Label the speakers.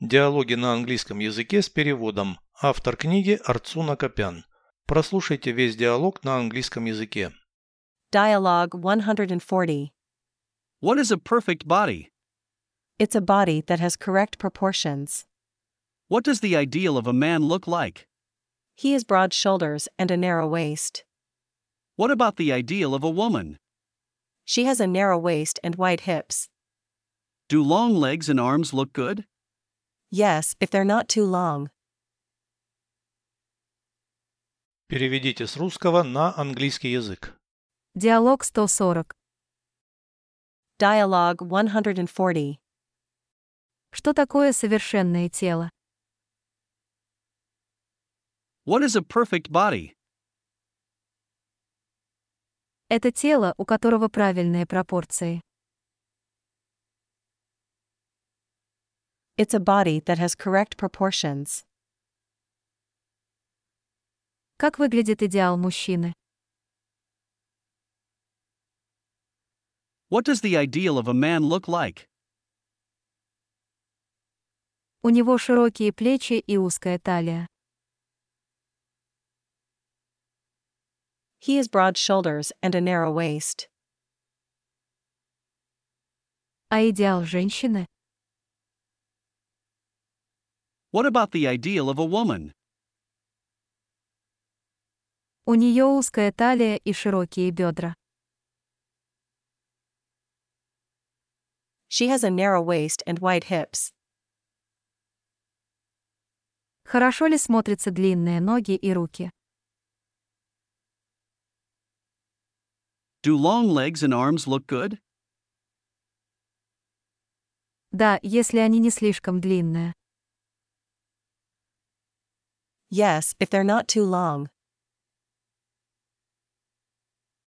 Speaker 1: Диалоги на английском языке с переводом. Автор книги Арцуна Копян. Прослушайте весь диалог на английском языке.
Speaker 2: Dialogue 140.
Speaker 3: What is a perfect body?
Speaker 2: It's a body that has correct proportions.
Speaker 3: What does the ideal of a man look like?
Speaker 2: He has broad shoulders and a narrow waist.
Speaker 3: What about the ideal of a woman?
Speaker 2: She has a narrow waist and wide hips.
Speaker 3: Do long legs and arms look good?
Speaker 2: Yes, if they're not too long.
Speaker 1: Переведите с русского на английский язык.
Speaker 4: Диалог 140.
Speaker 2: Dialogue 140.
Speaker 4: Что такое совершенное тело?
Speaker 3: What is a perfect body?
Speaker 4: Это тело, у которого правильные пропорции.
Speaker 2: It's a body that has correct proportions.
Speaker 4: Как выглядит идеал мужчины?
Speaker 3: What does the ideal of a man look like?
Speaker 4: У него широкие плечи и узкая талия.
Speaker 2: He has broad shoulders and a narrow waist.
Speaker 4: А идеал женщины?
Speaker 3: What about the ideal of a woman?
Speaker 4: У нее узкая талия и широкие бедра.
Speaker 2: She has a narrow waist and wide hips.
Speaker 4: Хорошо ли смотрятся длинные ноги и руки?
Speaker 3: Do long legs and arms look good?
Speaker 4: Да, если они не слишком длинные.
Speaker 2: Yes, if they're not too long.